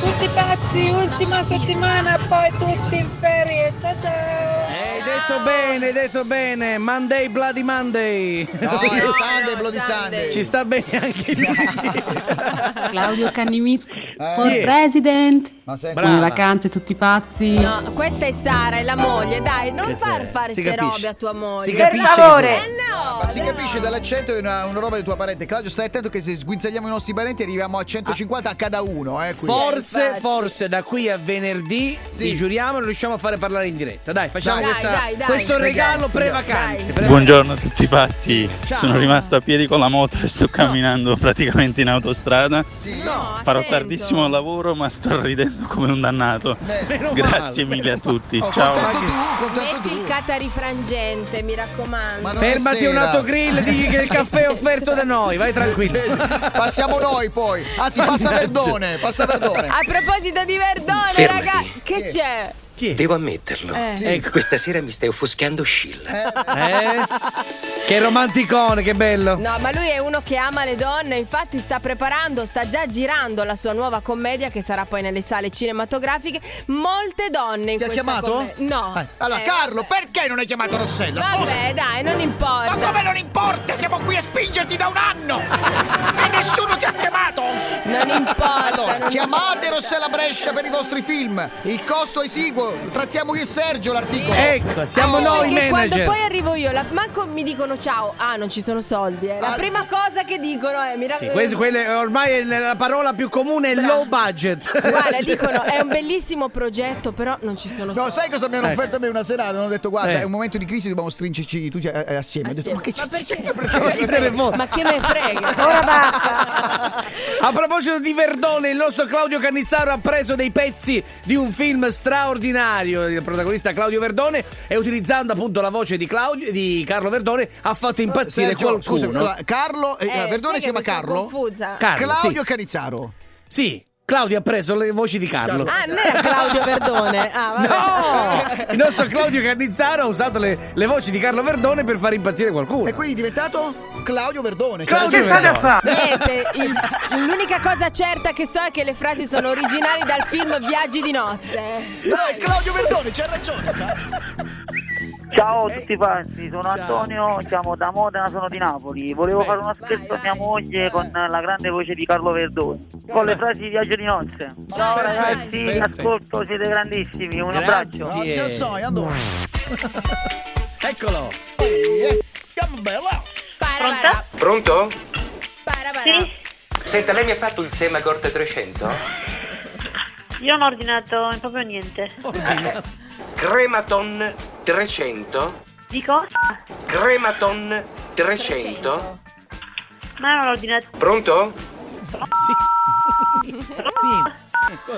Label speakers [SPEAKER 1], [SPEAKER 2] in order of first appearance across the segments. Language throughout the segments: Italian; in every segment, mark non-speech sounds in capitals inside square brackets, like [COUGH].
[SPEAKER 1] Bassi bassi, ultima settimana, poi tutti in ferie. Ciao ciao.
[SPEAKER 2] Eh, Hai detto bene, hai detto bene. Monday, Bloody Monday.
[SPEAKER 3] No, è Sunday, Bloody Sunday.
[SPEAKER 2] [LAUGHS] Ci sta bene anche il lunedì.
[SPEAKER 4] Claudio Cannimizzi, for
[SPEAKER 2] yeah.
[SPEAKER 4] president.
[SPEAKER 3] Ma senti,
[SPEAKER 4] Sono in
[SPEAKER 2] Brava.
[SPEAKER 4] vacanze tutti pazzi.
[SPEAKER 5] No, questa è Sara, è la moglie. Dai, non
[SPEAKER 2] Questa
[SPEAKER 5] far
[SPEAKER 2] è-
[SPEAKER 5] fare
[SPEAKER 2] si
[SPEAKER 5] ste
[SPEAKER 2] capisce.
[SPEAKER 5] robe a tua
[SPEAKER 2] Si
[SPEAKER 5] moglie.
[SPEAKER 2] capisce che
[SPEAKER 6] favore.
[SPEAKER 2] sono-
[SPEAKER 5] no,
[SPEAKER 3] ma si
[SPEAKER 5] dai.
[SPEAKER 3] capisce dall'accento è una, una roba di tua parente. Claudio, stai attento che se sguinzagliamo i nostri parenti arriviamo a 150 a cada uno, eh. Quindi.
[SPEAKER 2] Forse,
[SPEAKER 5] infatti.
[SPEAKER 2] forse da qui a venerdì, vi giuriamo, non riusciamo a fare parlare in diretta. Dai, facciamo
[SPEAKER 3] Dai,
[SPEAKER 2] questa-
[SPEAKER 5] dai, dai.
[SPEAKER 2] questo
[SPEAKER 5] Dai,
[SPEAKER 2] regalo
[SPEAKER 5] dai.
[SPEAKER 2] pre-vacanze.
[SPEAKER 5] Dai.
[SPEAKER 2] pre-
[SPEAKER 7] Buongiorno a tutti pazzi,
[SPEAKER 2] Ciao.
[SPEAKER 7] sono rimasto a piedi con la moto e sto camminando praticamente in autostrada.
[SPEAKER 5] No,
[SPEAKER 7] Farò
[SPEAKER 5] attento.
[SPEAKER 7] tardissimo al lavoro ma sto ridendo come un dannato.
[SPEAKER 2] Meno
[SPEAKER 7] Grazie
[SPEAKER 2] male.
[SPEAKER 7] mille a tutti,
[SPEAKER 3] Oh,
[SPEAKER 7] ciao.
[SPEAKER 3] contento tu, contento
[SPEAKER 5] Metti
[SPEAKER 3] tu.
[SPEAKER 5] il catarifrangente, mi raccomando.
[SPEAKER 3] Ma non è
[SPEAKER 2] Fermati
[SPEAKER 3] sera.
[SPEAKER 2] un autogrill, digli che il caffè è offerto da noi, vai tranquillo.
[SPEAKER 3] Passiamo noi poi. Anzi,
[SPEAKER 2] [LAUGHS]
[SPEAKER 3] passa Verdone, passa Verdone.
[SPEAKER 5] A proposito di Verdone,
[SPEAKER 8] Fermati.
[SPEAKER 5] raga, che c'è?
[SPEAKER 2] Chi è?
[SPEAKER 8] Devo ammetterlo.
[SPEAKER 5] Eh.
[SPEAKER 2] Ecco.
[SPEAKER 8] Questa sera mi stai offuscando Schill.
[SPEAKER 2] Eh? Che romanticone, che bello.
[SPEAKER 5] No, ma lui è uno che ama le donne, infatti sta preparando, sta già girando la sua nuova commedia che sarà poi nelle sale cinematografiche. Molte donne in
[SPEAKER 3] Ti ha
[SPEAKER 5] questa
[SPEAKER 3] chiamato?
[SPEAKER 5] commedia- No.
[SPEAKER 3] Eh, Allora,
[SPEAKER 5] Eh,
[SPEAKER 3] Carlo,
[SPEAKER 5] vabbè.
[SPEAKER 3] perché non hai chiamato Rossella? Scusa.
[SPEAKER 5] Vabbè, dai, non importa.
[SPEAKER 9] Ma come non importa? Siamo qui a spingerti da un anno! e nessuno ti ha chiamato!
[SPEAKER 5] Non importa.
[SPEAKER 3] Allora,
[SPEAKER 5] non
[SPEAKER 3] chiamate Rossella Brescia per i vostri film. Il costo è esiguo. Trattiamo io e Sergio l'articolo.
[SPEAKER 2] Ecco, siamo
[SPEAKER 3] Ah,
[SPEAKER 2] noi
[SPEAKER 5] Oh, Perché quando
[SPEAKER 2] manager.
[SPEAKER 5] poi arrivo io, la- manco mi dicono ciao, ah non ci sono soldi. eh. La
[SPEAKER 3] Ah.
[SPEAKER 5] prima cosa che dicono è mi eh,
[SPEAKER 2] Sì,
[SPEAKER 5] raccomando.
[SPEAKER 2] questo- quella è ormai è la parola più comune è low budget. [LAUGHS]
[SPEAKER 5] Guarda, dicono è un bellissimo progetto, però non ci sono
[SPEAKER 3] No,
[SPEAKER 5] soldi.
[SPEAKER 3] sai cosa mi hanno offerto a me una serata? Mi hanno detto, guarda,
[SPEAKER 2] Eh.
[SPEAKER 3] è un momento di crisi, dobbiamo stringerci tutti eh, eh, assieme. Ho detto, ma che c'è?
[SPEAKER 5] Ah, ma perché?
[SPEAKER 2] Chi se ne frega?
[SPEAKER 5] ma che me frega? Ora basta.
[SPEAKER 2] [LAUGHS] A proposito di Verdone, il nostro Claudio Cannissaro ha preso dei pezzi di un film straordinario. Il protagonista Claudio Verdone e utilizzando appunto la voce di, Claudio- di Carlo Verdone ha fatto impazzire
[SPEAKER 3] Sergio,
[SPEAKER 2] qualcuno.
[SPEAKER 3] scusami, allora, Carlo, eh,
[SPEAKER 5] Eh,
[SPEAKER 3] Verdone
[SPEAKER 5] sai
[SPEAKER 3] si
[SPEAKER 5] che
[SPEAKER 3] chiama
[SPEAKER 5] mi sono
[SPEAKER 3] Carlo?
[SPEAKER 5] Confusa.
[SPEAKER 2] Carlo,
[SPEAKER 3] Claudio
[SPEAKER 2] sì.
[SPEAKER 3] Canizzaro.
[SPEAKER 2] Sì, Claudio ha preso le voci di Carlo.
[SPEAKER 3] Carlo.
[SPEAKER 5] Ah, non era Claudio Verdone. Ah, vabbè.
[SPEAKER 2] No! Il nostro Claudio Cannizzaro ha usato le, le voci di Carlo Verdone per far impazzire qualcuno.
[SPEAKER 3] E quindi è diventato Claudio Verdone.
[SPEAKER 2] Claudio Verdone.
[SPEAKER 5] [LAUGHS] Niente, il- l'unica cosa certa che so è che le frasi sono originali dal film Viaggi di nozze.
[SPEAKER 3] Però è Claudio Verdone, c'ha ragione, sai?
[SPEAKER 10] Ciao a tutti pazzi, sono
[SPEAKER 2] Ciao.
[SPEAKER 10] Antonio, siamo da Modena, sono di Napoli. Volevo fare uno scherzo a mia
[SPEAKER 5] vai.
[SPEAKER 10] moglie con la grande voce di Carlo Verdone, con le frasi di Viaggio di Nozze. Ciao
[SPEAKER 5] Vai,
[SPEAKER 10] ragazzi,
[SPEAKER 2] perfetto.
[SPEAKER 10] ascolto, siete grandissimi, un
[SPEAKER 2] Grazie.
[SPEAKER 10] abbraccio.
[SPEAKER 3] No, ce lo so, andò.
[SPEAKER 2] Eccolo.
[SPEAKER 3] eh.
[SPEAKER 5] Para, para,
[SPEAKER 8] Pronto?
[SPEAKER 5] para, para.
[SPEAKER 8] Senta, lei mi ha fatto un Semagort 300?
[SPEAKER 11] Io non ho ordinato proprio niente.
[SPEAKER 2] Eh.
[SPEAKER 8] Crematon 300?
[SPEAKER 11] Dico?
[SPEAKER 8] Crematon 300?
[SPEAKER 11] Ma non ho ordinato.
[SPEAKER 8] Pronto?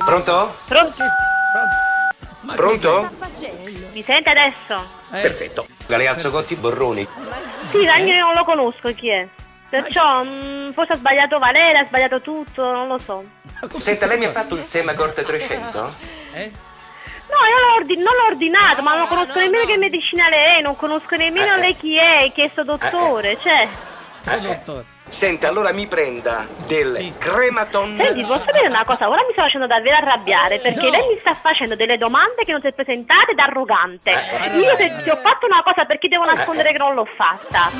[SPEAKER 8] Pronto?
[SPEAKER 11] Pronto?
[SPEAKER 8] Pronto? Eh.
[SPEAKER 5] Facendo.
[SPEAKER 11] Mi sente adesso?
[SPEAKER 8] Perfetto. Galeazzo Gotti Borroni.
[SPEAKER 11] Sì, ma io non lo conosco chi è. Perciò mm, forse ha sbagliato Valera, ha sbagliato tutto, non lo so.
[SPEAKER 8] Senta, lei mi ha fatto un Semagort 300?
[SPEAKER 3] Eh?
[SPEAKER 11] No, io l'ho ordi- non l'ho ordinato, ma non conosco nemmeno che medicina lei è, non conosco
[SPEAKER 8] Eh,
[SPEAKER 11] nemmeno lei chi è, che è sto dottore, cioè.
[SPEAKER 8] eh. Senta, allora mi prenda del
[SPEAKER 11] Senti,
[SPEAKER 8] Crematon.
[SPEAKER 11] posso sapere una cosa? Ora mi sto facendo davvero arrabbiare perché lei mi sta facendo delle domande che non si è presentate ed arrogante. Io se ti ho fatto una cosa perché devo nascondere che non l'ho fatta.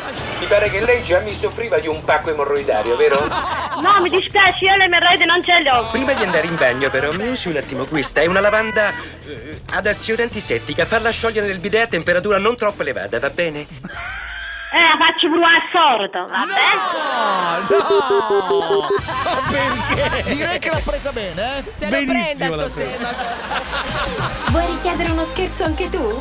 [SPEAKER 8] Mi pare che lei già mi soffriva di un pacco emorroidario,
[SPEAKER 11] [LAUGHS]
[SPEAKER 8] vero?
[SPEAKER 11] No, mi dispiace, io le merroide non ce le ho.
[SPEAKER 8] Prima di andare in bagno, però, mi usi un attimo questa. È una lavanda eh, ad azione antisettica. Farla sciogliere nel bidet a temperatura non troppo elevata, va bene?
[SPEAKER 11] Eh, la faccio pure a sordo, va bene?
[SPEAKER 2] Ecco. [LAUGHS]
[SPEAKER 3] Direi che l'ha presa bene, eh?
[SPEAKER 5] Se
[SPEAKER 2] Benissimo
[SPEAKER 5] lo
[SPEAKER 2] la
[SPEAKER 5] prenda sto sema.
[SPEAKER 6] [LAUGHS] Vuoi richiedere uno scherzo anche tu?